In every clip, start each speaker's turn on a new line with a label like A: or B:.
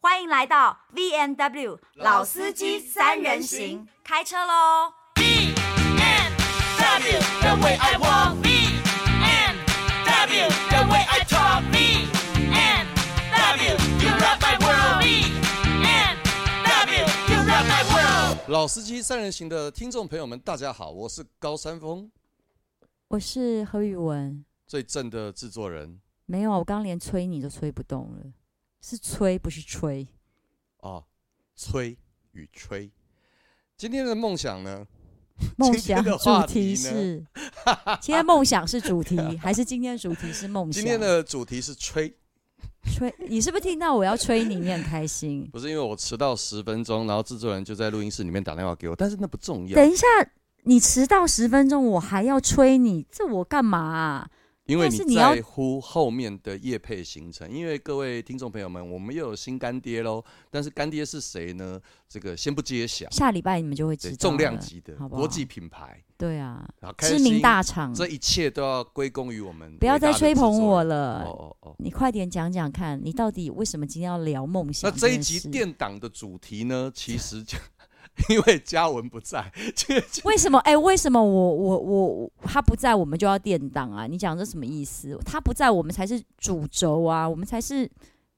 A: 欢迎来到 V N W 老司机三人行，开车喽！
B: B and W, the way I walk. B and W, the way I talk. B and W, you rock my world. B and W, you rock my world.
C: 老司机三人行的听众朋友们，大家好，我是高山峰，
D: 我是何宇文，
C: 最正的制作人
D: 没有啊，我刚连吹你都吹不动了，是吹不是吹。
C: 啊，吹与吹。今天的梦想呢？
D: 梦
C: 今天
D: 想
C: 的
D: 主
C: 话
D: 题
C: 题呢
D: 是，今天梦想是主题，还是今天的主题是梦想？
C: 今天的主题是吹，
D: 吹，你是不是听到我要吹你，你很开心？
C: 不是因为我迟到十分钟，然后制作人就在录音室里面打电话给我，但是那不重要，
D: 等一下，你迟到十分钟，我还要吹你，这我干嘛、啊？
C: 因为
D: 但是
C: 你
D: 你要
C: 在乎后面的夜配行程。因为各位听众朋友们，我们又有新干爹喽，但是干爹是谁呢？这个先不揭晓，
D: 下礼拜你们就会知
C: 对，
D: 道
C: 重量
D: 了
C: 级的
D: 好不好
C: 国际品牌，
D: 对啊，
C: 然后开
D: 知名
C: 心
D: 大厂，
C: 这一切都要归功于我们。
D: 嗯不要再吹捧我
C: 了。
D: 了。
C: 哦哦哦。
D: 你快点讲讲看，你到底为什么今天要聊梦
C: 那
D: 想
C: 这
D: 件事？
C: 一集电档的主题呢，其实就 因为嘉文不在，这这
D: 为什么？哎、为什么我我我我他不在，我们就要垫档啊？你讲这什么意思？他不在，我们才是主轴啊，我们才是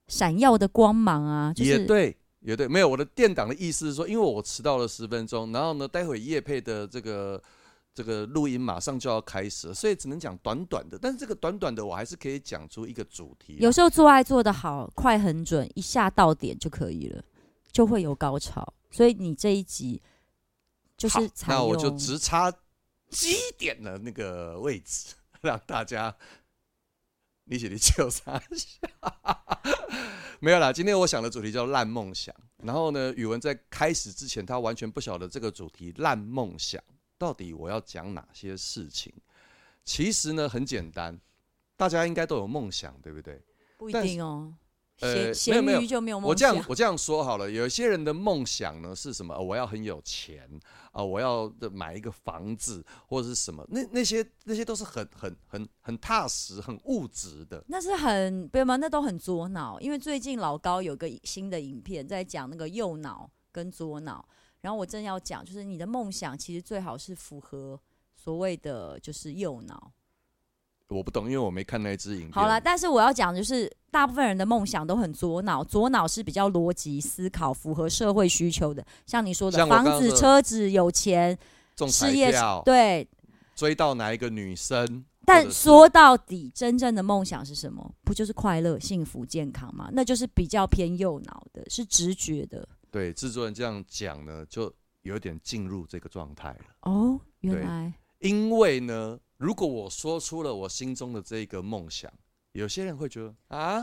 D: 闪耀的光芒啊！就
C: 也
D: 是
C: 对。也对，没有我的电档的意思是说，因为我迟到了十分钟，然后呢，待会叶配的这个这个录音马上就要开始了，所以只能讲短短的。但是这个短短的，我还是可以讲出一个主题啊。
D: 有时候做爱做得好，快很准，一下到点就可以了，就会有高潮。所以你这一集就是
C: 好
D: 采
C: 那
D: 用
C: 我就直插基点的那个位置， 让大家理解理解我啥笑。 没有啦，今天我想的主题叫“烂梦想”。然后呢，语文在开始之前，他完全不晓得这个主题“烂梦想”到底我要讲哪些事情。其实呢，很简单，大家应该都有梦想，对不对？
D: 不一
C: 但是
D: 定哦。
C: 呃
D: 咸
C: 没有没有
D: 咸鱼就没有梦
C: 我这样
D: 想
C: 我这样说好了，有一些人的梦想呢是什么、呃我要很有钱啊、我要的买一个房子或者是什么？那那些那些都是很很很很踏实、很物质的。
D: 那是很不要嘛，那都很左脑，因为最近老高有个新的影片在讲那个右脑跟左脑，然后我正要讲，就是你的梦想其实最好是符合所谓的就是右脑。
C: 我不懂，因为我没看那支影片。
D: 好了，，但是我要讲的就是大部分人的梦想都很左脑，左脑是比较逻辑思考、符合社会需求的，像你说的
C: 像我刚
D: 房
C: 刚
D: 子、
C: 说的
D: 车子、有钱、
C: 中彩
D: 事业
C: 票，
D: 对。
C: 追到哪一个女生？或
D: 但
C: 者是
D: 说到底，真正的梦想是什么？不就是快乐、幸福、健康吗？那就是比较偏右脑的，是直觉的。
C: 对制作人这样讲呢，就有点进入这个状态了。
D: 哦，
C: 原
D: 原
C: 对
D: 来
C: 因为呢，如果我说出了我心中的这个梦想，有些人会觉得啊，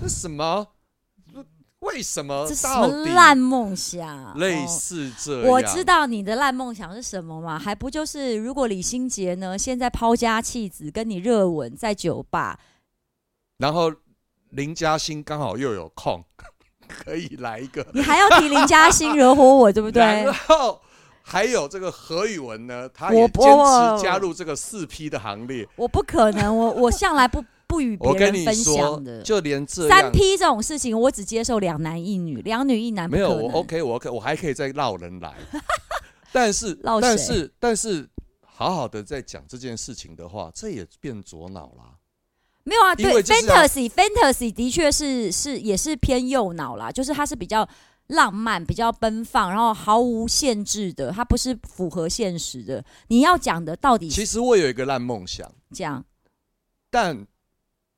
C: 这什么？为什么？
D: 这什
C: 呃到
D: 么
C: 底
D: 烂梦想？
C: 类
D: 哦
C: 似这样？
D: 我知道你的烂梦想是什么嘛？还不就是如果李心洁呢，现在抛家弃子，跟你热吻在酒 吧，
C: 然后林嘉欣刚好又有空， 可以来一个，
D: 你还要提林嘉欣惹火我，对不对
C: 然？后。还有这个何宇文呢，他
D: 我
C: 也
D: 不
C: 坚持加入这个四 P 的行列。
D: 我不可能，我我向来不不与别
C: 我跟
D: 人
C: 你
D: 分
C: 说
D: 享，的。
C: 就连这
D: 三
C: 样
D: P 这种事情，我只接受两男一女，两女一男不
C: 没
D: 可
C: 有
D: 能。
C: 我 OK，我 OK，我还可以再绕人 来。但是
D: 绕谁
C: 但是但是，好好的在讲这件事情的话，这也变左脑啦。
D: 没有啊，
C: 因
D: 对
C: 为就是要
D: ，fantasy fantasy 的确是是也是偏右脑啦，就是它是比较浪漫、比较奔放，然后毫无限制的，它不是符合现实的。你要讲的到底
C: 其
D: 是
C: 实我有一个烂梦想，
D: 讲，
C: 但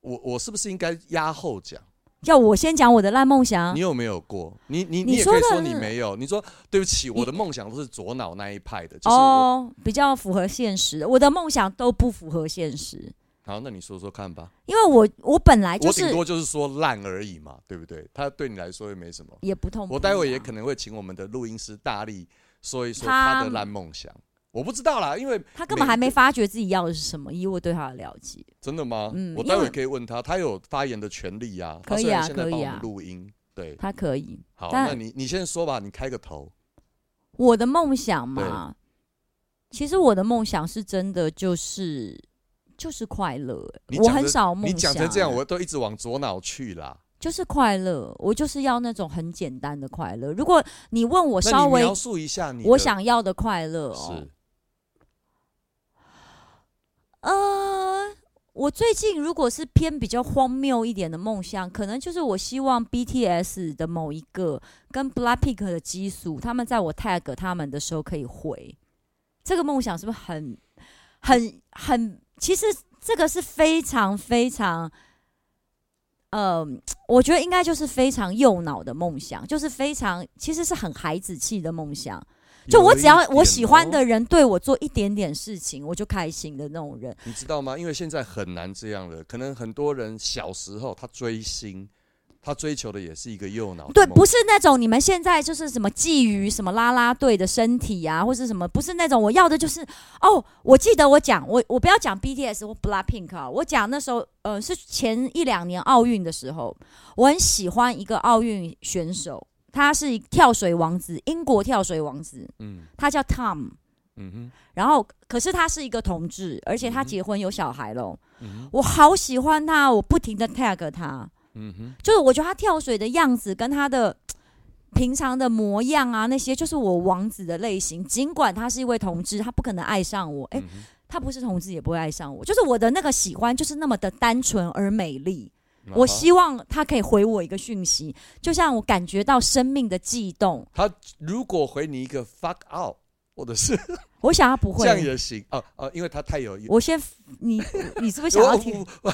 C: 我我是不是应该压后讲？
D: 要我先讲我的烂梦想
C: 你，有没有过？你你
D: 你
C: 也可以
D: 说
C: 说
D: 的
C: 你
D: 是
C: 没有。你说对不起，我的梦想都是左脑那一派的，就是我。
D: 哦，比较符合现实的。我的梦想都不符合现实，
C: 好，那你说说看吧。
D: 因为我我本来就
C: 我顶
D: 是
C: 多就是说烂而已嘛，对不对？他对你来说也没什么。
D: 也不哦痛不痒。啊
C: 我待会也可能会请我们的录音师大力说一说他的
D: 他
C: 烂梦想。我不知道啦，因为
D: 他根本
C: 每
D: 还没发觉自己要的是什么，以我对他的了解。
C: 真的吗？
D: 嗯
C: 我
D: 因
C: 待会
D: 为
C: 可以问他，他有发言的权利呀、他
D: 可以
C: 虽然
D: 啊
C: 现在
D: 可以
C: 帮我们
D: 啊
C: 录音，对，
D: 他可以。
C: 好，
D: 但
C: 那你你先说吧，你开个头。
D: 我的梦想嘛，其实我的梦想是真的就是就是快乐、欸
C: 你
D: 我
C: 讲
D: 很
C: 得
D: 少梦想、
C: 你讲成这样，我都一直往左脑去啦。
D: 就是快乐，我就是要那种很简单的快乐。如果你问我
C: 那
D: 稍
C: 你
D: 微
C: 描述一下你的，
D: 我想要的快乐哦
C: 是，
D: 呃，我最近如果是偏比较荒谬一点的梦想，可能就是我希望 BTS 的某一个跟 Blackpink 的基数，他们在我 tag 他们的时候可以回。这个梦想是不是很、很、很？其实这个是非常非常，呃，我觉得应该就是非常右脑的梦想，就是非常其实是很孩子气的梦想。就我只要
C: 哦
D: 我喜欢
C: 有一点
D: 的人对我做一点点事情，我就开心的那种人。
C: 哦，你知道吗？因为现在很难这样了，可能很多人小时候他追星，他追求的也是一个右脑的
D: 对，
C: 梦
D: 不是那种你们现在就是什么觊觎什么啦啦队的身体啊，或是什么，不是那种我要的就是哦，我记得我讲我我不要讲 BTS 或 Blackpink 啊，我讲那时候呃是前一两年奥运的时候，我很喜欢一个奥运选手，他是跳水王子，英国跳水王子，
C: 嗯
D: 他叫 Tom，
C: 嗯
D: 然后可是他是一个同志，而且他
C: 嗯
D: 结婚有小孩喽，
C: 哼嗯哼
D: 我好喜欢他，我不停的 tag 他，
C: 嗯哼，
D: 就是我觉得他跳水的样子跟他的平常的模样啊，那些就是我王子的类型。尽管他是一位同志，他不可能爱上我，诶，
C: 嗯哼
D: 他不是同志也不会爱上我。就是我的那个喜欢就是那么的单纯而美丽。
C: 那
D: 我
C: 好
D: 希望他可以回我一个讯息，就像我感觉到生命的悸动。
C: 他如果回你一个 fuck out，或者是
D: 我想他不
C: 这样
D: 会。
C: 也行哦哦，因为他太有哦我
D: 我先，你你是不是想要听？
C: 我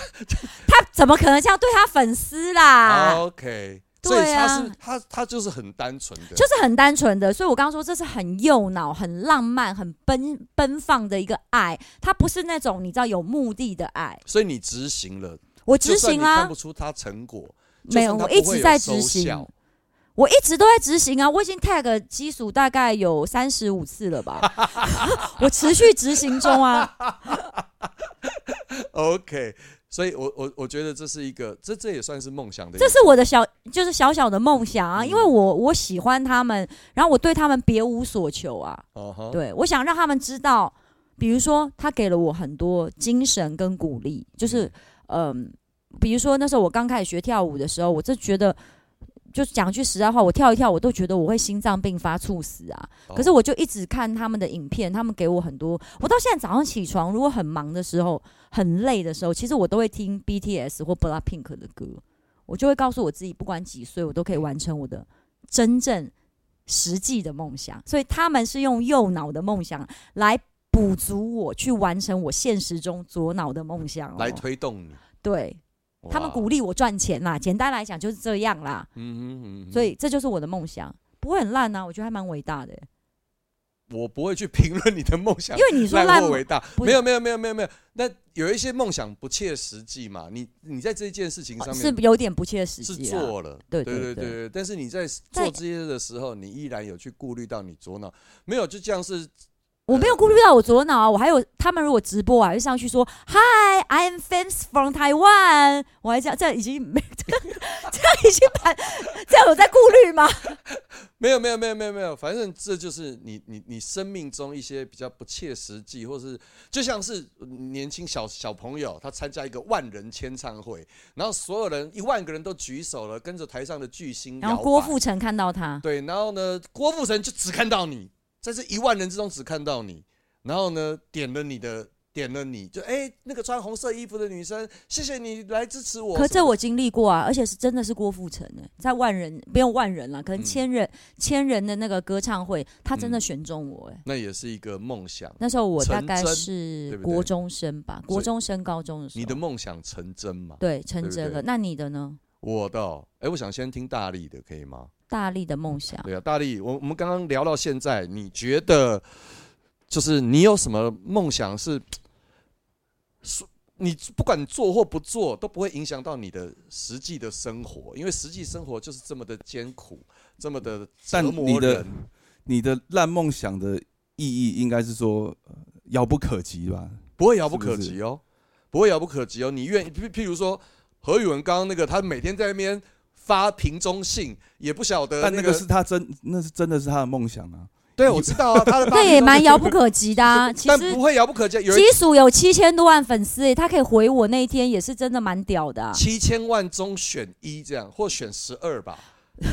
D: 他怎么可能这样对他粉丝啦？
C: 我 OK，
D: 啊对
C: 所以他
D: 啊
C: 是他他就是很单纯的，
D: 就是很单纯的，所以我刚刚说这是很右脑、很浪漫、很奔奔放的一个爱，它不是那种你知道有目的的爱。
C: 所以你执行了，
D: 我
C: 就
D: 执
C: 算
D: 行啊
C: 你看
D: 啦
C: 不，出他成果，
D: 没有，
C: 就算它
D: 我
C: 不会
D: 一
C: 有
D: 直在执
C: 收
D: 行
C: 效，
D: 我一直都在执行啊，我已经 tag 基数大概有三十五次 了吧，我持续执行中啊，
C: OK，所以我我我觉得这是一个，这这也算是梦想的一个，
D: 这是我的小就是小小的梦想啊，
C: 嗯
D: 因为我我喜欢他们，然后我对他们别无所求啊，
C: 哦哈，
D: 对，我想让他们知道，比如说他给了我很多精神跟鼓励，就是嗯、比如说那时候我刚开始学跳舞的时候，我就觉得。就讲句实在话，我跳一跳，我都觉得我会心脏病发猝死啊！
C: 哦
D: 可是我就一直看他们的影片，他们给我很多。我到现在早上起床，如果很忙的时候、很累的时候，其实我都会听 BTS 或 BLACKPINK 的歌，我就会告诉我自己，不管几岁，我都可以完成我的真正实际的梦想，所以他们是用右脑的梦想来补足我，去完成我现实中左脑的梦想、哦。
C: 来推动你，
D: 对哦他们
C: 哇
D: 鼓，励我赚钱啦，简单来讲就是这样啦。
C: 嗯哼嗯哼
D: 所以这就是我的梦想，不会很烂啊，我觉得还蛮伟大的、
C: 我不会去评论你的梦想
D: 因，为你说烂
C: 或，伟大，
D: 不
C: 没有没有没有没有没有，那有一些梦想不切实际嘛，你你在这件事情上
D: 哦是
C: 面
D: 有点不切实
C: 是
D: 际啊。
C: 做了，
D: 对
C: 对
D: 对
C: 对
D: 对
C: 但是你在
D: 在
C: 做这些的时候，你依然有去顾虑到你左脑，没有就像是
D: 我没有顾虑到我左脑啊，我还有他们如果直播啊，就上去说 Hi, I'm fans from Taiwan，我还这样，这样已经 没，这样这样已经把这样有在顾虑 吗？
C: 没有没有没有没有没有，反正这就是你你你生命中一些比较不切实际，或是就像是年轻小小朋友，他参加一个万人签唱会，然后所有人一万个人都举手了，跟着台上的巨星摇摆。
D: 然后郭富城看到他，
C: 对，然后呢，郭富城就只看到你，在这一万人之中只看到你，然后呢，点了你的，点了你就哎、那个穿红色衣服的女生，谢谢你来支持我。
D: 可
C: 什
D: 这
C: 么
D: 我经历过啊，而且是真的是郭富城呢、在万人不用万人了，可能
C: 嗯
D: 千人、千人的那个歌唱会，他真的选中我哎、
C: 那也是一个梦想，
D: 那时候我大概
C: 成嗯真
D: 是
C: 对不对
D: 国中生吧，
C: 所以
D: 国中升高中的时候，
C: 你的梦想成真嘛？
D: 对成
C: 对不
D: 真
C: 对
D: 了。那你的呢？
C: 我的哦，哎、我想先听大力的，可以吗？
D: 大力的梦想，
C: 对啊，大力，我我们刚刚聊到现在，你觉得就是你有什么梦想是，说你不管做或不做都不会影响到你的实际的生活，因为实际生活就是这么的艰苦，这么的折
E: 但
C: 磨
E: 你的
C: 人。
E: 你的烂梦想的意义应该是说呃遥不可及吧？
C: 不会遥不
E: 是不
C: 可
E: 是
C: 及哦，不会遥不可及哦。你愿意，譬譬如说何宇文刚刚那个，他每天在那边发瓶中信，也不晓得
E: 但那
C: 呃那
E: 个是他真，那是真的是他的梦想啊，
C: 对，我知道啊，他的
D: 这也蛮遥不
C: 可
D: 可及的、啊。其
C: 但
D: 实
C: 不会遥不可及。有人
D: 基数有七千多万粉丝、欸，他可以回我那一天也是真的蛮屌的、啊。
C: 七千万中选一这样，或选十二吧。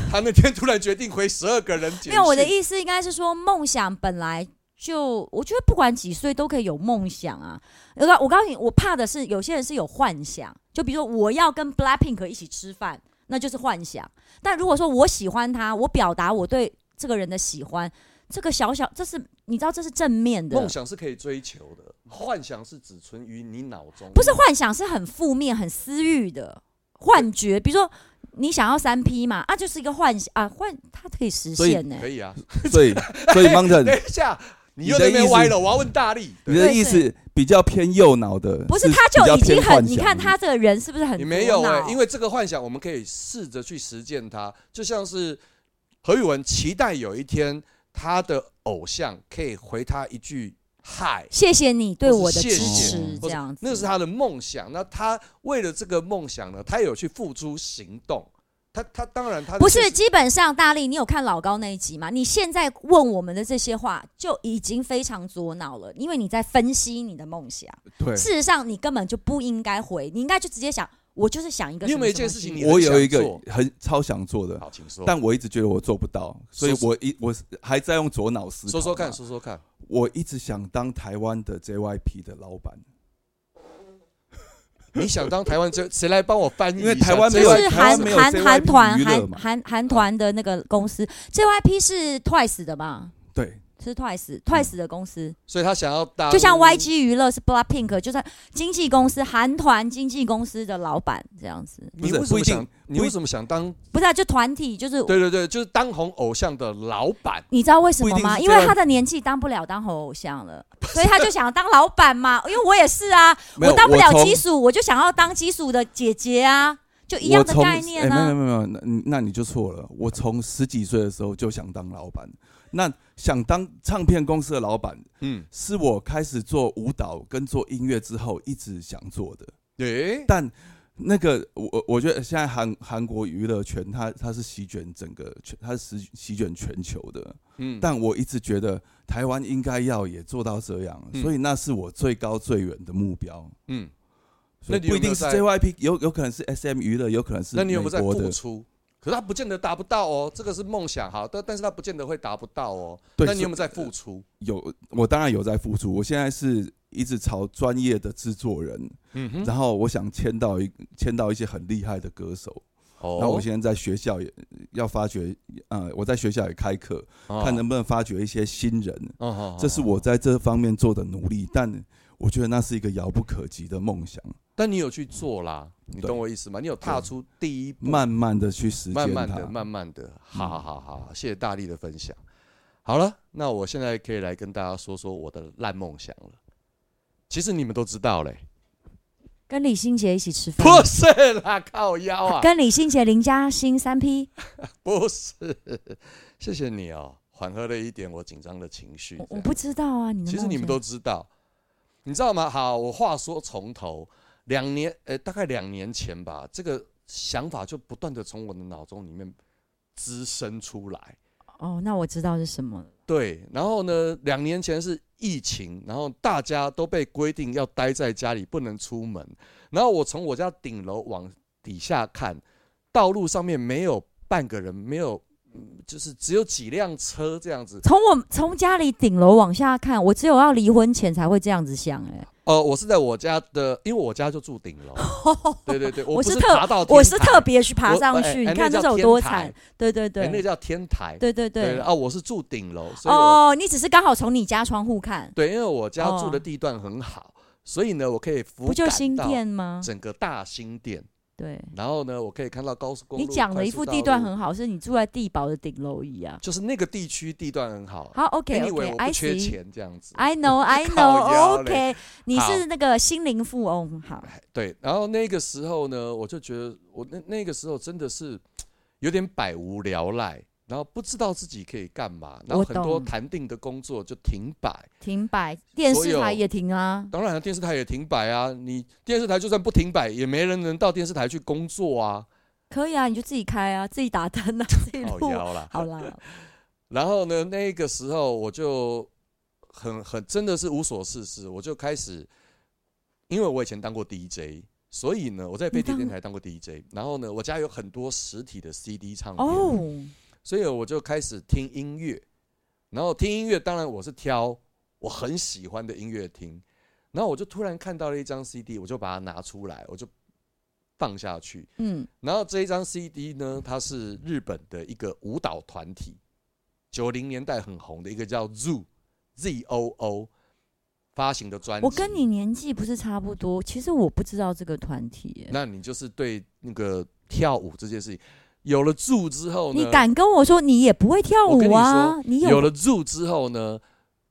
C: 他那天突然决定回十二个人简讯，
D: 没有，我的意思应该是说，梦想本来就，我觉得不管几岁都可以有梦想啊。我告我告诉你，我怕的是有些人是有幻想，就比如说我要跟 Blackpink 一起吃饭，那就是幻想。但如果说我喜欢他，我表达我对这个人的喜欢，这个小小这是你知道这是正面的
C: 梦。想是可以追求的，幻想是只存于你脑中。
D: 不是幻想，是很负面、很私欲的幻觉。比如说，你想要三 P 嘛，啊，就是一个幻想啊，幻它可以实
E: 所以
D: 现呢、
C: 可以啊。
E: 所以所以
C: 等
E: Mountain，
C: 一下，你
E: 你
C: 又
E: 的
C: 在那
E: 意
C: 边
E: 思
C: 歪了，我要问大力。
E: 你的意思比较偏右脑的，
D: 不是，他就
E: 比较
D: 已经
E: 偏幻
D: 很，你
E: 想
D: 看
E: 的
D: 他这个人是不是很
C: 你没有哎、
D: 哎、
C: 因为这个幻想，我们可以试着去实践它，就像是何宇文期待有一天他的偶像可以回他一句嗨。
D: 谢谢你对我
C: 或是
D: 的支
C: 谢
E: 谢
D: 持，
C: 或
D: 这
C: 是
D: 样子。
C: 那是他的梦想。那他为了这个梦想呢，他有去付出行动。他他当然他
D: 不是，
C: 确实
D: 基本上大力，你有看老高那一集吗？你现在问我们的这些话，就已经非常左脑了，因为你在分析你的梦想。
E: 对，
D: 事实上，你根本就不应该回，你应该就直接想，我就是想一个
C: 你
D: 什
C: 有
D: 么
C: 没有一
D: 什么
C: 件事情你
E: 我有一个
C: 很想
E: 很超想做的，
C: 好，请说。
E: 但我一直觉得我做不到，所以
C: 说说
E: 我一我还在用左脑思考。啊
C: 说说看，，说说看，
E: 我一直想当台湾的 JYP 的老板，
C: 你想当台湾这 谁来帮我翻译一
E: 因
C: 下？
E: 为台湾没
D: 就
E: 有台
D: 是韩
E: 湾没有
D: 韩
E: JYP
D: 韩团
E: 娱乐
D: 韩
E: 嘛哦
D: 韩韩团的那个公司，JYP 是 Twice 的吧？
E: 对，
D: 是 Twice
E: 嗯
D: Twice 的公司，
C: 所以他想要当
D: 就像 YG 娱乐是 Blackpink，就是经纪公司韩团经纪公司的老板这样子，
E: 不
C: 你
E: 是
C: 为什
E: 不
C: 么
E: 一定
C: 想？你
E: 不一
C: 为什么想当？
D: 不是、啊、就团体就是。
C: 对对对，就是当红偶像的老板。
D: 你知道为什
E: 不一
D: 么
E: 定
D: 吗？
E: 是
D: 因为
E: JYP
D: 他的年纪当不了当红偶像了，所以他就想要当老板嘛。因为我也是啊，
E: 没有
D: 当不了
E: 从
D: 基础，我就想要当基础的姐姐啊，就一样的概念
E: 我从哎没有
D: 啊。
E: 没有没有，那你那你就错了。我从十几岁的时候就想当老板，那想当唱片公司的老板，
C: 嗯，
E: 是我开始做舞蹈跟做音乐之后一直想做的。
C: 对，
E: 但那个我我我觉得现在韩韩国娱乐圈它它是席卷整个全，它是席席卷全球的。
C: 嗯，
E: 但我一直觉得台湾应该要也做到这样，
C: 嗯
E: 所以那是我最高最远的目标。
C: 嗯，
E: 所以
C: 那你有
E: 不一定
C: 没有
E: 是
C: 在
E: JYP，有有可能是 SM 娱乐，有可能是
C: 那你有没有在
E: 美国的
C: 付出？可是他不见得达不到哦，这个是梦想哈，但但是他不见得会达不到哦。
E: 对
C: 那你有
E: 所
C: 没有在付出？
E: 有，我当然有在付出。我现在是一直朝专业的制作人，
C: 嗯哼，
E: 然后我想签到一签到一些很厉害的歌手。
C: 哦
E: 然后我现在在学校也要发掘，呃，我在学校也开课，看能不能发掘一些新人。
C: 哦，哦
E: 这是。
C: 哦哦
E: 我在这方面做的努力，但我觉得那是一个遥不可及的梦想。
C: 但你有去做啦，你
E: 对
C: 懂我意思吗？你有踏出第一步，
E: 慢慢的去实践它，
C: 慢慢的，慢慢的，好好好好，谢谢大力的分享。好了，那我现在可以来跟大家说说我的烂梦想了。其实你们都知道嘞，
D: 跟李心洁一起吃 饭，
C: 不是啦，靠腰啊，
D: 跟李心洁、林嘉欣三 P，
C: 不是。谢谢你哦，缓和了一点我紧张的情绪。
D: 我
C: 这
D: 我
C: 样
D: 不知道啊，你的
C: 其实
D: 梦
C: 你们
D: 想
C: 都知道，你知道吗？好，我话说从头，两年，呃，大概两年前吧，这个想法就不断的从我的脑中里面滋生出来。
D: 哦，那我知道是什么了。
C: 对，然后呢，两年前是疫情，然后大家都被规定要待在家里，不能出门。然后我从我家顶楼往底下看，道路上面没有半个人，没有，嗯就是只有几辆车这样子。
D: 从我从家里顶楼往下看，我只有要离婚前才会这样子想、欸。
C: 呃，我是在我家的，因为我家就住顶楼。 对对对，
D: 我
C: 不
D: 是
C: 是
D: 特
C: 爬到天台，
D: 我是特别去爬
C: 我
D: 上
C: 哎
D: 去，
C: 哎
D: 你看
C: 那
D: 这
C: 叫
D: 有多
C: 天
D: 惨
C: 台。
D: 对对对，
C: 哎那叫天台。
D: 对对对。
C: 啊，我是住顶楼，所以我
D: 哦，你只是刚好从你家窗户看，
C: 对，因为我家住的
D: 哦
C: 地段很好，所以呢，我可以俯
D: 不就
C: 瞰
D: 新
C: 到
D: 店吗？
C: 整个大新店。
D: 对，
C: 然后呢，我可以看到高速公路。
D: 你讲的
C: 快
D: 一
C: 速
D: 副
C: 道
D: 地段
C: 路，
D: 很好，是你住在地堡的顶楼一样。
C: 就是那个地区地段很好。
D: 好，OK
C: anyway，我不
D: OK，I
C: 缺
D: see。
C: 钱这样 子。
D: I know, I
C: 靠
D: know.
C: 腰
D: OK，
C: 嘞
D: 你
C: 好
D: 是那个心灵富翁，好，
C: 对，然后那个时候呢，我就觉得我那那个时候真的是有点百无聊赖，然后不知道自己可以干嘛，然后
D: 我
C: 很多
D: 懂
C: 谈定的工作就停摆。
D: 停摆，电
C: 所哦
D: 视台
C: 有
D: 也停啊，
C: 当然了，电视台也停摆啊，你电视台就算不停摆，也没人能到电视台去工作啊。
D: 可以啊，你就自己开啊，自己打灯啊，自己
C: 好
D: 录啊，
C: 啦，
D: 好啦，
C: 然后呢，那个时候我就很很真的是无所事事，我就开始，因为我以前当过 DJ，所以呢，我在贝蒂
D: 你当
C: 电台当过 DJ，然后呢，我家有很多实体的 CD 唱片，
D: 哦，
C: 所以我就开始听音乐，然后听音乐，当然我是挑我很喜欢的音乐听，然后我就突然看到了一张 CD，我就把它拿出来，我就放下去，
D: 嗯，
C: 然后这一张 CD 呢，它是日本的一个舞蹈团体，九零年代很红的一个叫 Zoo Z O O 发行的专辑。
D: 我跟你，年纪不是差不多，其实我不知道这个团体耶。
C: 那你就是对那个跳舞这件事情，有了 Zoo 之后呢，
D: 你敢跟我说你也不会跳
C: 我跟
D: 舞
C: 你
D: 啊
C: 说？
D: 你
C: 有了 Zoo 之后呢，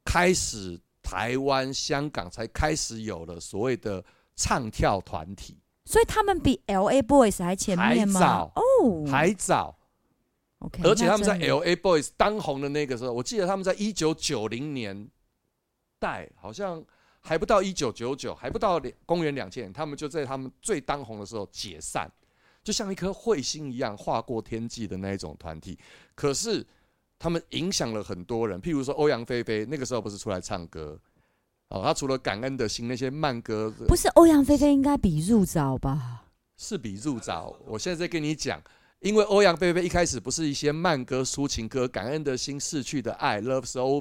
C: 开始台湾、香港才开始有了所谓的唱跳团体，
D: 所以他们比 L A Boys 还前面
C: 还
D: 吗
C: 早？
D: 哦，
C: 还早。
D: OK，
C: 而且
D: 那
C: 他们在
D: 真的
C: L A Boys 当红的那个时候，我记得他们在一九九零年代，好像还不到一九九九，还不到两公元两千年，他们就在他们最当红的时候解散，就像一颗彗星一样划过天际的那一种团体。可是他们影响了很多人，譬如说欧阳菲菲，那个时候不是出来唱歌哦，她除了《感恩的心》那些慢歌，
D: 不是欧阳菲菲应该比入早吧？
C: 是比入早。我现在在跟你讲，因为欧阳菲菲一开始不是一些慢歌、抒情歌，《感恩的心》、《逝去的爱》、《Love's Over》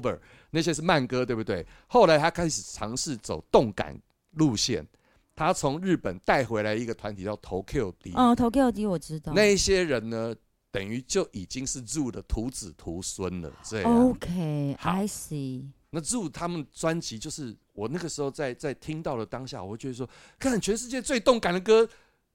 C: 那些是慢歌，对不对？后来她开始尝试走动感路线，她从日本带回来一个团体叫头 Q 迪，
D: 哦，投给我低我知道。
C: 嗯那一些人呢，等于就已经是 Zoo 的徒子徒孙了。这样，啊好
D: OK，I see。
C: 那 Zoo 他们专辑就是我那个时候在在听到的当下，我会觉得说，看全世界最动感的歌，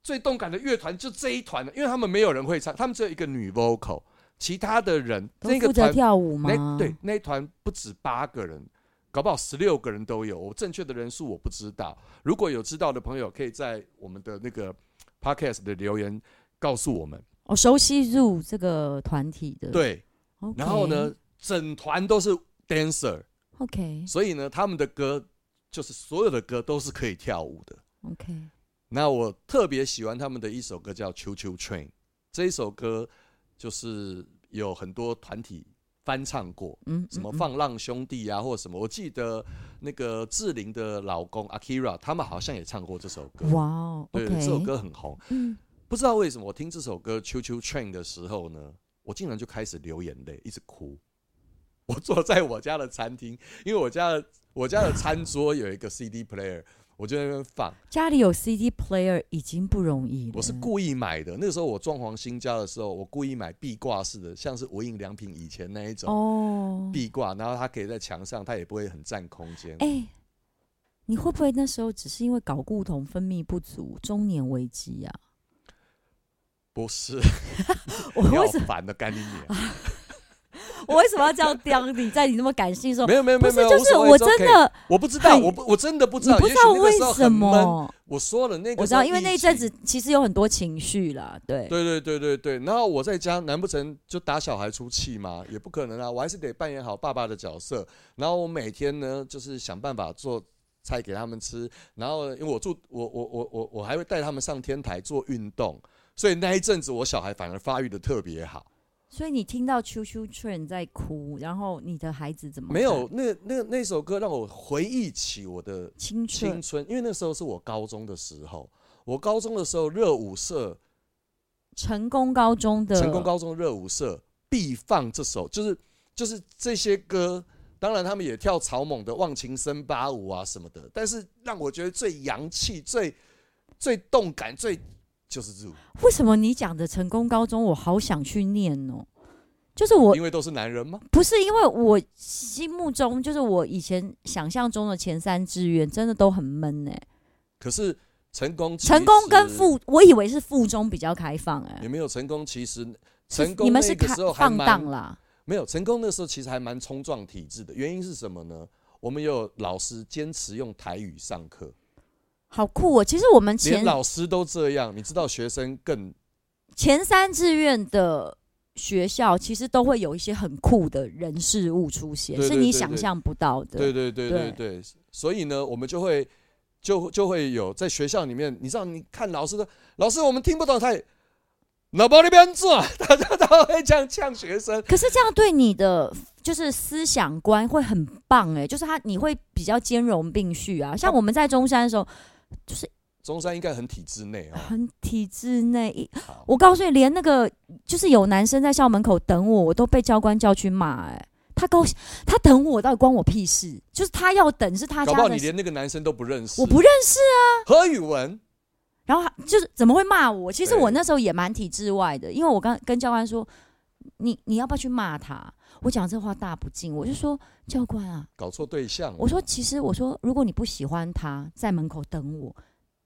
C: 最动感的乐团就这一团了，因为他们没有人会唱，他们只有一个女 vocal，其他的人
D: 都
C: 那个
D: 负责
C: 团
D: 跳舞吗
C: 那？对，那一团不止八个人，搞不好十六个人都有。我正确的人数我不知道，如果有知道的朋友，可以在我们的那个 podcast 的留言告诉我们。
D: 我哦熟悉入这个团体的。
C: 对，
D: OK，
C: 然后呢，整团都是 dancer。
D: ？OK
C: 所以呢，他们的歌就是所有的歌都是可以跳舞的。
D: OK，
C: 那我特别喜欢他们的一首歌叫《Choo Choo Train》，这一首歌就是有很多团体翻唱过，
D: 嗯，
C: 什么
D: 嗯嗯
C: 放浪兄弟啊，或者什么。我记得那个志玲的老公 Akira，他们好像也唱过这首歌。
D: 哇哦
C: 对
D: ，OK，
C: 这首歌很红。
D: 嗯，
C: 不知道为什么，我听这首歌《Choo Choo Train》的时候呢，我竟然就开始流眼泪，一直哭。 我坐在我家的餐厅，因为我家的我家的餐桌有一个 CD player，我就在那边放。
D: 家里有 CD player 已经不容易了。
C: 我是故意买的，那时候我装潢新家的时候，我故意买壁挂式的，像是无印良品以前那一种
D: 哦，
C: 壁挂，然后它可以在墙上，它也不会很占空间。
D: 哎、你会不会那时候只是因为睾固酮分泌不足，中年危机 啊？
C: 不是，
D: 我
C: 你好
D: 为什么
C: 烦的干你 娘！
D: 我为什么要这样刁你？在你那么感性的时候，
C: 没有没有没
D: 不
C: 有
D: 是
C: 没有，
D: 就
C: 无
D: 是
C: 所谓
D: 我
C: it's
D: 真
C: okay
D: 的，
C: 我不知道，
D: 很
C: 我不我真的不知
D: 你
C: 道，
D: 不
C: 也
D: 知
C: 许
D: 道
C: 那个
D: 为
C: 时候
D: 什
C: 很闷。
D: 么？
C: 我说了那个，
D: 我知道，因为那一阵子，其实有很多情绪啦，对，
C: 对对对对对。然后我在家，难不成就打小孩出气吗？也不可能啊，我还是得扮演好爸爸的角色。然后我每天呢，就是想办法做菜给他们吃。然后因为我住，我我我我我还会带他们上天台做运动，所以那一阵子我小孩反而发育的特别好。
D: 所以你听到秋秋 train 在哭，然后你的孩子怎么
C: 没有
D: 办
C: 那那那首歌让我回忆起我的
D: 青
C: 青
D: 春？
C: 春，因为那时候是我高中的时候。我高中的时候，热舞社
D: 成功高中的
C: 成功高中热舞社必放这首，就是就是这些歌。当然，他们也跳草蜢的《忘情森巴舞》啊什么的，但是让我觉得最洋气、最最动感、最就是这种，
D: 为什么你讲的成功高中，我好想去念哦？就是我
C: 因为都是男人吗？
D: 不是因为我心目中就是我以前想象中的前三志愿，真的都很闷哎、
C: 可是成功其实
D: 成功跟附，我以为是附中比较开放哎、
C: 也没有成功，其实
D: 是
C: 成功
D: 你们是
C: 那个
D: 开
C: 时候还
D: 放
C: 蛮
D: 荡啦，
C: 没有成功那时候其实还蛮冲撞体制的。原因是什么呢？我们有老师坚持用台语上课，
D: 好酷哦、其实我们
C: 连
D: 前
C: 老师都这样，你知道学生更
D: 前三志愿的学校，其实都会有一些很酷的人事物出现，
C: 对对
D: 是你
C: 对
D: 想
C: 对
D: 象不到的。
C: 对对对对对，所以呢，我们就会就就会有在学校里面，你知道，你看老师的老师，我们听不懂他也，脑包那边 做，大家都会这样呛学生。
D: 可是这样对你的就是思想观会很棒哎、就是他你会比较兼容并蓄啊。
C: 哦
D: 像我们在中山的时候，就是
C: 中山应该很体制内哦。
D: 很体制内，一
C: 好
D: 我告诉你，连那个就是有男生在校门口等我，我都被教官叫去骂哎、他高兴他等我，到底关我屁事？就是他要等是他
C: 搞
D: 家
C: 不好
D: 的
C: 你
D: 事，
C: 连那个男生都不认识。
D: 我不认识啊。
C: 何宇文，
D: 然后他就是怎么会骂我？其实我
C: 对
D: 那时候也蛮体制外的，因为我刚跟教官说，你你要不要去骂他？我讲这话大不敬，我就说教官啊，
C: 搞错对象了。
D: 我说其实我说如果你不喜欢他，在门口等我，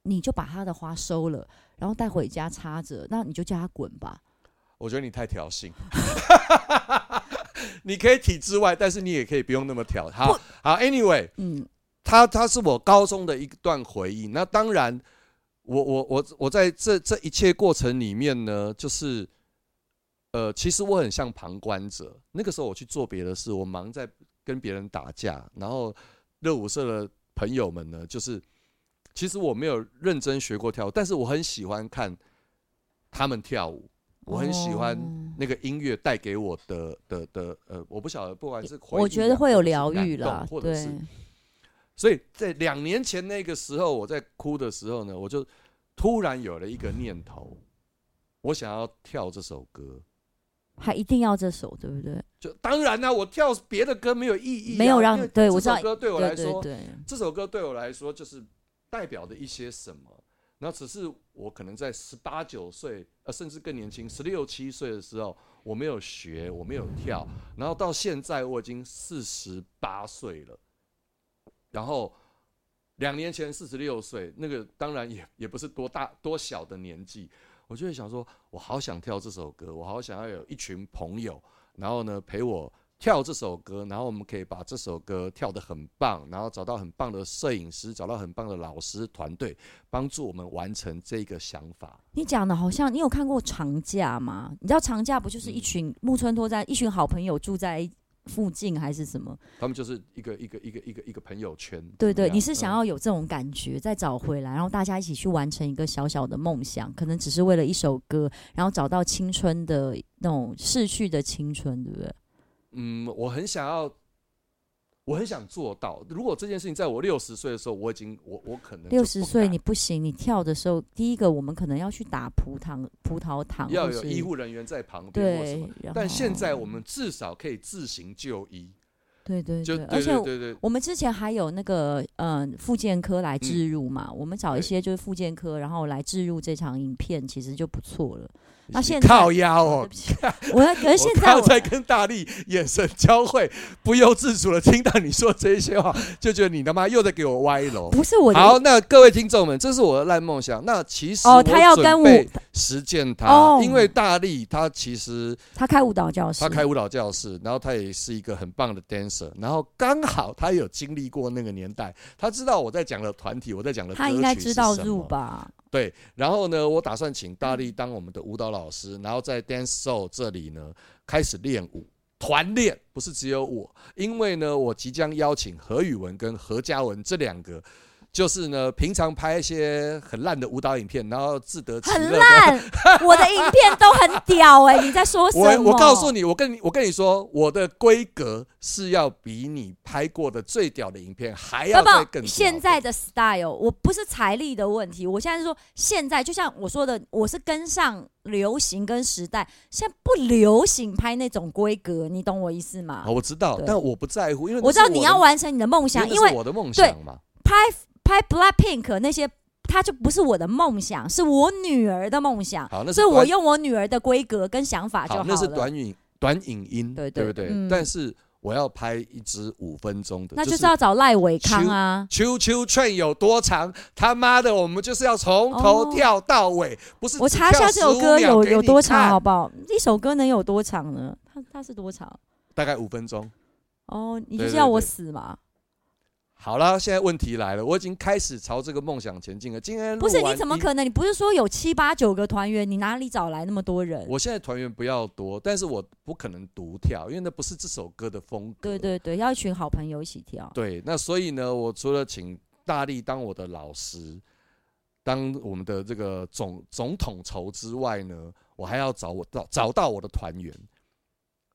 D: 你就把他的花收了，然后带回家插着，那你就叫他滚吧。
C: 我觉得你太挑衅。 你可以体制外，但是你也可以不用那么挑。好好，anyway，
D: 嗯，
C: 他他是我高中的一段回忆。那当然，我我我我在这这一切过程里面呢，就是呃，其实我很像旁观者。那个时候我去做别的事，我忙在跟别人打架，然后热舞社的朋友们呢，就是其实我没有认真学过跳舞，但是我很喜欢看他们跳舞，我很喜欢
D: 哦
C: 那个音乐带给我的的的呃，我不晓得，不管是回忆啊
D: 我觉得会有
C: 或者是
D: 疗
C: 感
D: 愈
C: 动
D: 啦，
C: 或者
D: 对
C: 是，所以在两年前那个时候，我在哭的时候呢，我就突然有了一个念头，我想要跳这首歌。
D: 还一定要这首，对不对？
C: 就当然啦、我跳别的歌没有意义啊、
D: 没有让
C: 因为
D: 对
C: 这
D: 我知
C: 首
D: 道
C: 歌对我来
D: 对
C: 说，
D: 对对，
C: 这首歌对我来说就是代表的一些什么。然后只是我可能在十八九岁，呃，甚至更年轻，十六七岁的时候，我没有学，我没有跳。然后到现在我已经四十八岁了，然后两年前四十六岁，那个当然也也不是多大多小的年纪，我就会想说，我好想跳这首歌，我好想要有一群朋友，然后呢陪我跳这首歌，然后我们可以把这首歌跳得很棒，然后找到很棒的摄影师，找到很棒的老师团队，帮助我们完成这个想法。
D: 你讲的好像你有看过长假吗？你知道长假不就是
C: 嗯
D: 一群木村拓哉一群好朋友住在附近还是什么？
C: 他们就是一个一个一个一个一个朋友圈。
D: 对
C: 怎
D: 对，
C: 么样
D: 你是想
C: 嗯
D: 要有这种感觉，再找回来，然后大家一起去完成一个小小的梦想，可能只是为了一首歌，然后找到青春的那种逝去的青春，对不对？
C: 嗯，我很想要，我很想做到。如果这件事情在我六十岁的时候，我已经我我可能就
D: 六十
C: 不
D: 岁
C: 敢
D: 你不行，你跳的时候，第一个我们可能要去打葡萄葡萄糖，
C: 要
D: 或
C: 有
D: 是
C: 医护人员在旁边或什
D: 对哦
C: 么。，
D: 然
C: 但现在
D: 后
C: 我们至少可以自行就医，
D: 对对
C: 就
D: 对，
C: 对
D: 而且
C: 对对对，
D: 我们之前还有那个嗯，复健科来置入嘛，我们找一
C: 对
D: 些就是复健科，然后来置入这场影片，其实就不错了。那现在
C: 靠腰哦
D: 对不，起， 我要可是现
C: 我
D: 在
C: 刚
D: 我
C: 才跟大力眼神交汇，不由自主的听到你说这些话，就觉得你他妈又在给我歪楼。
D: 不是我的
C: 哦好，那各位听众们，这是我的烂梦想。那其实
D: 哦
C: 我
D: 他要跟
C: 准备
D: 舞
C: 实践
D: 哦
C: 它，因为大力他其实
D: 他开舞蹈教室，
C: 他开舞蹈教室，然后他也是一个很棒的 dancer，然后刚好他有经历过那个年代，他知道我在讲的团体，我在讲的
D: 他
C: 歌
D: 应该
C: 曲
D: 知
C: 是
D: 道
C: 什
D: 入
C: 么
D: 吧？
C: 对，然后呢，我打算请大
D: 嗯
C: 力当我们的舞蹈老师，然后在 Dance Show 这里呢开始练舞，团练不是只有我，因为呢，我即将邀请何宇文跟何嘉文这两个，就是呢平常拍一些很烂的舞蹈影片，然后自得其
D: 很
C: 乐的。
D: 烂，啊我的影片都很屌哎、你在说什么？
C: 我我告诉你，我跟你我跟你说，我的规格是要比你拍过的最屌的影片还要
D: 不
C: 再
D: 不，
C: 更屌
D: 现在的 style，我不是财力的问题，我现在是说现在，就像我说的，我是跟上流行跟时代，现在不流行拍那种规格，你懂我意思吗
C: 哦好，？我知道
D: 对，
C: 但我不在乎，因为
D: 我知道你要
C: 玩
D: 完成你的梦想，因为
C: 我的梦
D: 对
C: 想嘛。
D: 拍拍 Blackpink 那些，它就不是我的梦想，是我女儿的梦想，
C: 好那是
D: 所以我
C: 短
D: 用我女儿的规格跟想啊法就好
C: 好，
D: 了。
C: 那是短影短影音，
D: 对
C: 对
D: 对
C: 不对？
D: 嗯
C: 但是我要拍一支五分钟的，
D: 那
C: 就
D: 就是是要找赖伟康啊。
C: 秋秋券有多长？他妈的，我们就是要从头
D: 哦
C: 跳到尾，不是
D: 我
C: 只
D: 查一
C: 跳
D: 下这首
C: 15
D: 歌
C: 秒
D: 有
C: 给
D: 有
C: 你
D: 多长，哦
C: 看
D: 好不好？一首歌能有多长呢？它它是多长？
C: 大概五分钟。
D: 哦，你
C: 对
D: 就是
C: 对
D: 要我
C: 对
D: 死嘛？
C: 好啦，现在问题来了，我已经开始朝这个梦想前进了。今天录
D: 不是，你
C: 完
D: 怎么
C: 一？
D: 可能？你不是说有七八九个团员，你哪里找来那么多人？
C: 我现在团员不要多，但是我不可能独跳，因为那不是这首歌的风格。
D: 对对对，要一群好朋友一起跳。
C: 对，那所以呢，我除了请大力当我的老师，当我们的这个总总统筹之外呢，我还要找我找找到我的团员。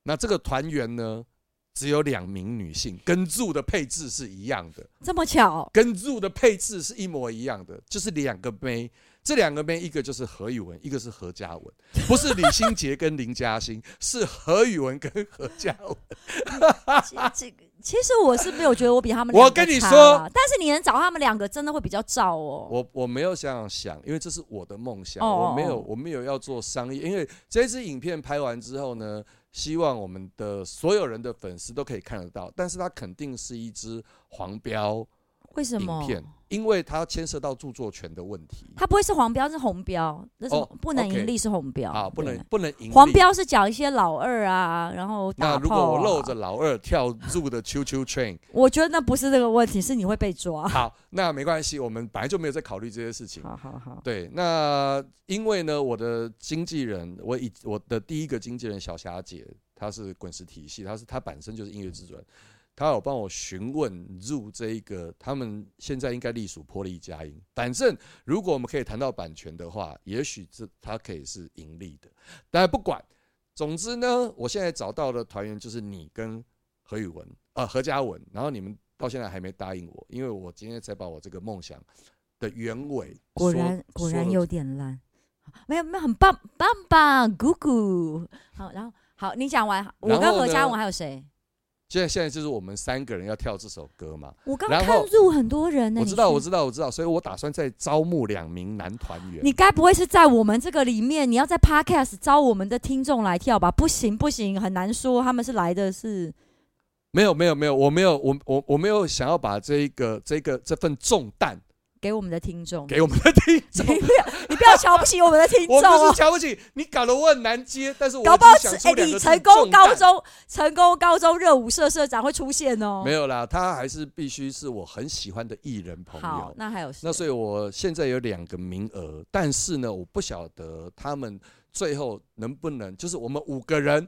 C: 那这个团员呢，只有两名女性，跟住的配置是一样的，
D: 这 么巧，
C: 跟住的配置是一模一样的，就是两个妹。这两个妹，一个就是何宇文，一个是何嘉文，不是李心洁跟林嘉欣，是何宇文跟何嘉文。
D: 其这个其实我是没有觉得我比他们
C: 我
D: 两个
C: 跟你
D: 差
C: 说
D: 啦但是你能找他们两个，真的会比较照哦。
C: 我我没有想想，因为这是我的梦想，
D: 哦哦哦
C: 我没有我没有要做商业，因为这支影片拍完之后呢，希望我们的所有人的粉丝都可以看得到，但是它肯定是一支黄标
D: 为什么
C: 影？片，因为它牵涉到著作权的问题
D: 它不会是黄标，是红标，那是
C: 哦
D: 不能
C: OK
D: 盈利是红标
C: 啊，不能
D: 哦对
C: 不能盈利
D: 黄。标是讲一些老二啊，然后
C: 那
D: 打
C: 如
D: 炮、
C: 果我露着，老二跳入的 QQ train，
D: 我觉得那不是这个问题，是你会被抓。
C: 好，那没关系，我们本来就没有在考虑这些事情。
D: 啊好好好，
C: 对，那因为呢，我的经纪人，我以我的第一个经纪人小霞姐，她是滚石体系，她是她本身就是音乐制作人，她有帮我询问入这一个，他们现在应该隶属波利佳音。反正如果我们可以谈到版权的话，也许这它可以是盈利的，但不管。总之呢，我现在找到的团员就是你跟何宇文啊、呃何嘉文，然后你们到现在还没答应我，因为我今天才把我这个梦想的原委
D: 果
C: 说
D: 然果然
C: 说了
D: 有点烂，没有没有，很棒棒棒，姑姑。好，然后好，你讲完，我
C: 然
D: 跟
C: 后
D: 何嘉
C: 呢
D: 文还有谁？
C: 现在现在就是我们三个人要跳这首歌嘛。
D: 我刚
C: 然
D: 看
C: 后
D: 入很多人呢、
C: 我
D: 你
C: 知道，
D: 去
C: 我知道，我知道，所以我打算再招募两名男团员
D: 你。该不会是在我们这个里面，你要在 podcast 招我们的听众来跳吧？不行不行，很难说他们是来的是
C: 没有，没有，没有，我没有，我我我没有想要把这一个这个这份重担
D: 给我们的听众。
C: 给我们的听
D: 哦你
C: 众
D: 不。要你不要瞧不起我们的听众
C: 我不
D: 哦
C: 是。瞧不起你，搞得我很难接，但是我
D: 搞不好
C: 已经
D: 是
C: 想
D: 哎、
C: 出两
D: 你
C: 个
D: 成
C: 字
D: 功高
C: 重担
D: 中成功高中热舞社社长会出现哦。
C: 没有啦，他还是必须是我很喜欢的艺人朋
D: 好
C: 友，。
D: 那还有谁
C: 那所以我现在有两个名额，但是呢，我不晓得他们最后能不能，就是我们五个人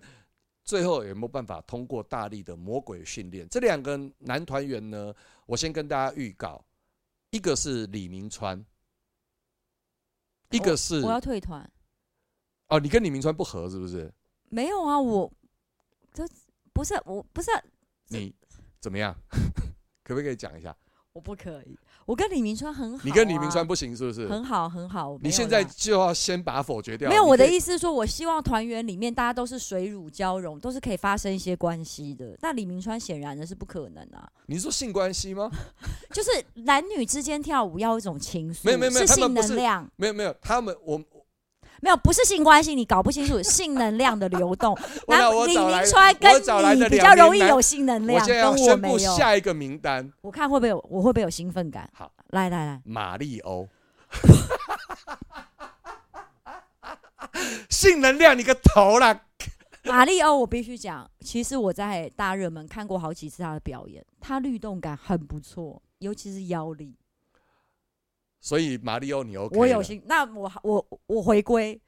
C: 最后有没有办法通过大力的魔鬼训练。这两个男团员呢，我先跟大家预告，一个是李明川，一个是
D: 我要
C: 哦
D: 退团。
C: 你跟李明川不合是不是？
D: 没有啊，我这不是我不是啊是
C: 你怎么样？ 可不可以讲一下？
D: 我不可以，我跟李明川很好、啊。
C: 你跟李明川不行是不是？
D: 很好很好，我没
C: 你
D: 有
C: 现在
D: 啦
C: 就要先把它否决掉。
D: 没有，
C: 你
D: 我
C: 可
D: 的
C: 以
D: 意思是说，我希望团员里面大家都是水乳交融，都是可以发生一些关系的。那李明川显然的是不可能啊，
C: 你是说性关系吗？
D: 就是男女之间跳舞要有一种情愫，
C: 没有没有没有
D: 是
C: 他们
D: 性
C: 不是
D: 能量，
C: 没有没有，他们我
D: 没有不是性关系，你搞不清楚性能量的流动。
C: 我
D: 那
C: 那我
D: 李
C: 找来
D: 明川
C: 我找来
D: 跟
C: 的
D: 你比
C: 两名
D: 较容易
C: 男
D: 有性能
C: 我
D: 量，
C: 现在
D: 跟
C: 要
D: 我
C: 宣
D: 没
C: 布
D: 有。
C: 下一个名单，
D: 我看会不会有，我会不会有兴奋感？
C: 好，
D: 来来来，
C: 马里 欧。性能量，你个头啦！
D: 马里奥，我必须讲，其实我在大热门看过好几次他的表演，他律动感很不错，尤其是腰力。
C: 所以马里欧，你 OK？
D: 我有
C: 了
D: 心，那我我我回归，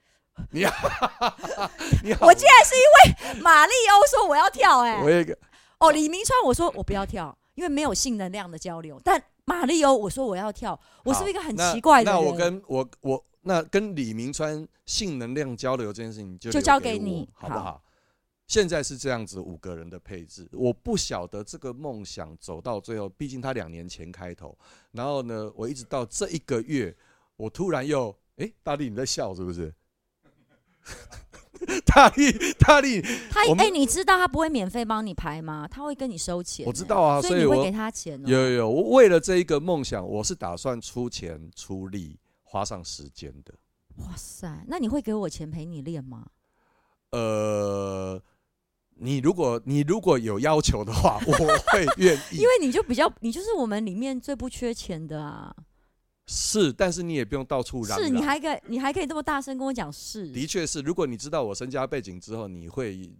C: 你好，
D: 我竟然是因为马丽欧说我要跳、
C: 我
D: 哎，
C: 有一个
D: 哦，李明川我说我不要跳，因为没有性能量的交流，但马丽欧我说我要跳，我是不是一个很
C: 好
D: 奇怪的
C: 那
D: 人。
C: 那我跟我我那跟李明川性能量交流这件事情就
D: 就
C: 留
D: 交
C: 给
D: 给你
C: 我好不好？现在是这样子五个人的配置，我不晓得这个梦想走到最后，毕竟他两年前开头，然后呢，我一直到这一个月，我突然又哎、大力你在笑是不是？ 大力大力，
D: 他
C: 我们
D: 哎、你知道他不会免费帮你排吗？他会跟你收钱、
C: 我知道啊
D: 哎所
C: 所以
D: 你会
C: 我
D: 给他钱、哦。
C: 有有有，我为了这一个梦想，我是打算出钱出力，花上时间的。
D: 哇塞，那你会给我钱陪你练吗？
C: 嗯呃，你如果你如果有要求的话，我会愿意。
D: 因为你就比较，你就是我们里面最不缺钱的啊。
C: 是，但是你也不用到处嚷
D: 是，
C: 嚷。
D: 你还可以，你还可以这么大声跟我讲是。
C: 的确是，如果你知道我身家背景之后，你会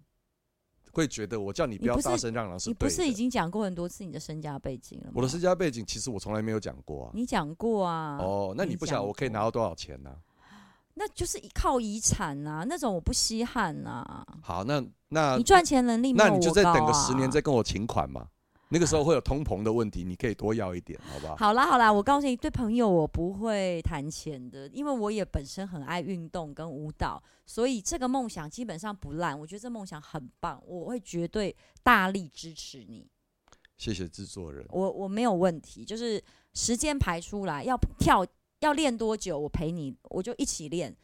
C: 会觉得我叫你不
D: 你
C: 要
D: 不是
C: 大声嚷嚷是
D: 你
C: 对
D: 不
C: 的。
D: 是已经讲过很多次你的身家背景了吗？
C: 我的身家背景，其实我从来没有讲过啊。
D: 你讲过哦啊。
C: 哦，那你不晓得我可以拿
D: 到，
C: 到多少钱啊呢、
D: 那就是靠遗产啊，那种我不稀罕啊。
C: 好，那那
D: 你赚钱能力没
C: 那
D: 有我高、啊、
C: 你就再等个十年再跟我请款嘛。那个时候会有通膨的问题，你可以多要一点，好不好？
D: 好啦好啦，我告诉你，对朋友我不会谈钱的，因为我也本身很爱运动跟舞蹈，所以这个梦想基本上不烂。我觉得这梦想很棒，我会绝对大力支持你。
C: 谢谢制作人，
D: 我我没有问题，就是时间排出来，要跳要练多久，我陪你，我就一起练。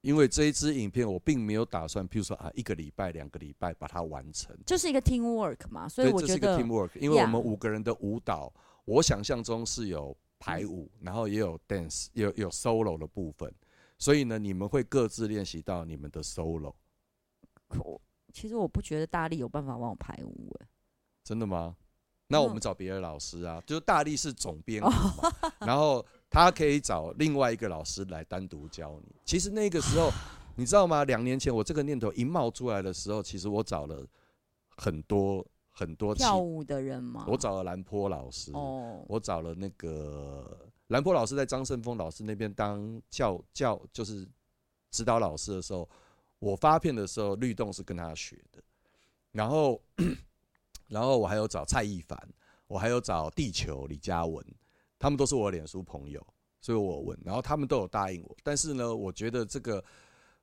C: 因为这一支影片我并没有打算，譬如说啊，一个礼拜、两个礼拜把它完成。
D: 就是一个 team work 嘛，所以
C: 对
D: 我
C: 这是
D: 觉
C: 一个
D: 得
C: teamwork，因为
D: Yeah
C: 我们五个人的舞蹈，我想象中是有
D: 嗯
C: 排舞，然后也有 dance，也有有 solo 的部分，所以呢，你们会各自练习到你们的 solo，
D: 我其实我不觉得大力有办法帮我排舞、 欸，
C: 真的吗？那我
D: 嗯哦
C: 们找别的老师啊，就是大力是总编舞嘛，然后他可以找另外一个老师来单独教你。其实那个时 候，你知道吗？两年前我这个念头一冒出来的时候，其实我找了很多很多其，
D: 跳舞的人嘛。
C: 我找了兰坡老师，
D: 哦，
C: 我找了那个兰坡老师，在张胜峰老师那边当教教就是指导老师的时候，我发片的时候律动是跟他学的，然后然后我还有找蔡一凡，我还有找地球李嘉文，他们都是我脸书朋友，所以我有问，然后他们都有答应我，但是呢，我觉得这个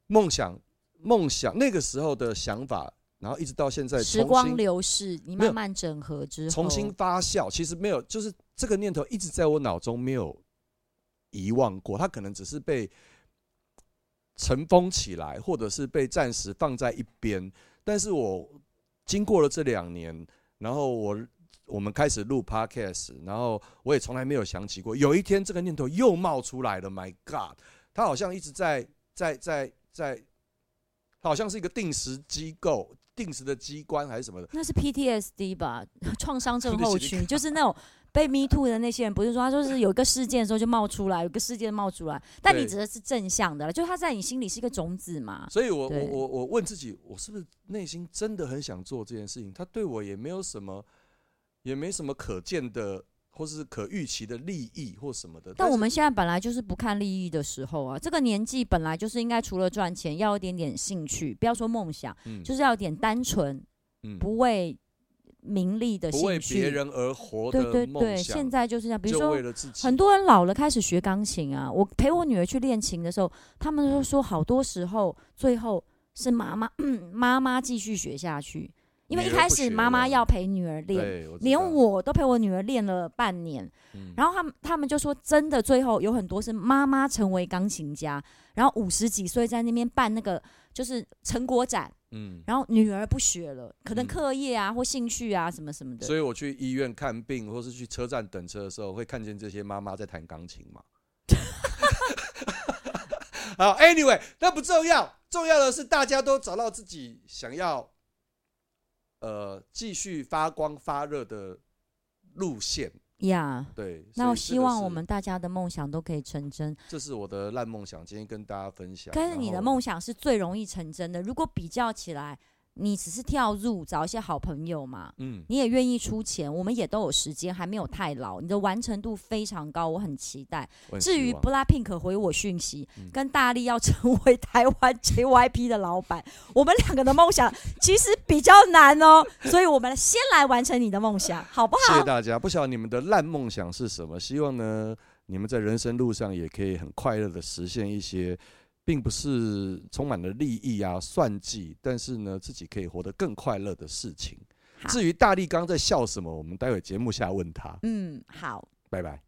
C: 梦想梦想那个时候的想法，然后一直到现在
D: 时
C: 重
D: 光
C: 新
D: 流逝，你
C: 没有
D: 慢慢整合之后，
C: 重新发酵，其实没有，就是这个念头一直在我脑中没有遗忘过，它可能只是被尘封起来，或者是被暂时放在一边。但是我经过了这两年，然后我我们开始录 podcast，然后我也从来没有想起过，有一天这个念头又冒出来了。My God，它好像一直在在在在，它好像是一个定时机构、定时的机关还是什么的。
D: 那是 PTSD 吧，创伤症
C: 那
D: 候
C: 是一个
D: 群，就是那种被 Me Too 的那些人，不是说他说是有一个事件的时候就冒出来，有个事件冒出来，但你
C: 对
D: 指的是正向的啦，就他在你心里是一个种子嘛。
C: 所以我我
D: 对
C: 我我问自己，我是不是内心真的很想做这件事情？它对我也没有什么，也没什么可见的或是可预期的利益或什么的。
D: 但
C: 是
D: 我们现在本来就是不看利益的时候啊，这个年纪本来就是应该除了赚钱，要有一点点兴趣，不要说梦想，
C: 嗯
D: 就是要有点单纯，
C: 嗯
D: 不为名利的
C: 不为
D: 兴趣。
C: 别人而活
D: 对
C: 的
D: 对
C: 梦
D: 对，
C: 想，
D: 现在就是这样。比如
C: 就
D: 说
C: 为，了自己。
D: 很多人老了开始学钢琴啊，我陪我女儿去练琴的时候，他们都说好多时候最后是妈 妈妈妈继续学下去，因为一
C: 女儿
D: 开
C: 不
D: 始
C: 学
D: 妈妈
C: 了
D: 要陪女儿练，
C: 对，我知道
D: 连我都陪我女儿练了半年，
C: 嗯
D: 然后他们他们就说，真的最后有很多是妈妈成为钢琴家，然后五十几岁在那边办那个就是成果展，
C: 嗯，
D: 然后女儿不学了，可能
C: 嗯
D: 课业啊或兴趣啊什么什么
C: 所
D: 的。
C: 以我去医院看病或是去车站等车的时候，会看见这些妈妈在弹钢琴嘛。 好，Anyway，那不重要，重要的是大家都找到自己想要，呃，继续发光发热的路线。
D: 呀
C: 对，所以
D: 那我
C: 这
D: 希
C: 个
D: 望
C: 是
D: 我们大家的梦想都可以成真，
C: 这是我的烂梦想，今天跟大家分享。
D: 但是你的
C: 然后
D: 梦想是最容易成真的。如果比较起来，你只是跳入找一些好朋友嘛，
C: 嗯，
D: 你也愿意出钱，我们也都有时间，还没有太老，你的完成度非常高，我很期待。
C: 我很
D: 至
C: 希
D: 于
C: 望
D: BLACKPINK 回我讯息，
C: 嗯
D: 跟大力要成为台湾 JYP 的老板，我们两个的梦想其实比较难哦，所以我们先来完成你的梦想，好不
C: 谢谢
D: 好？
C: 大家。不晓得你们的烂梦想是什么？希望呢，你们在人生路上也可以很快乐的实现一些，并不是充满了利益啊、算计，但是呢，自己可以活得更快乐的事情。
D: 好
C: 至于大力刚刚在笑什么，我们待会节目下问他。
D: 嗯，好。
C: 拜拜。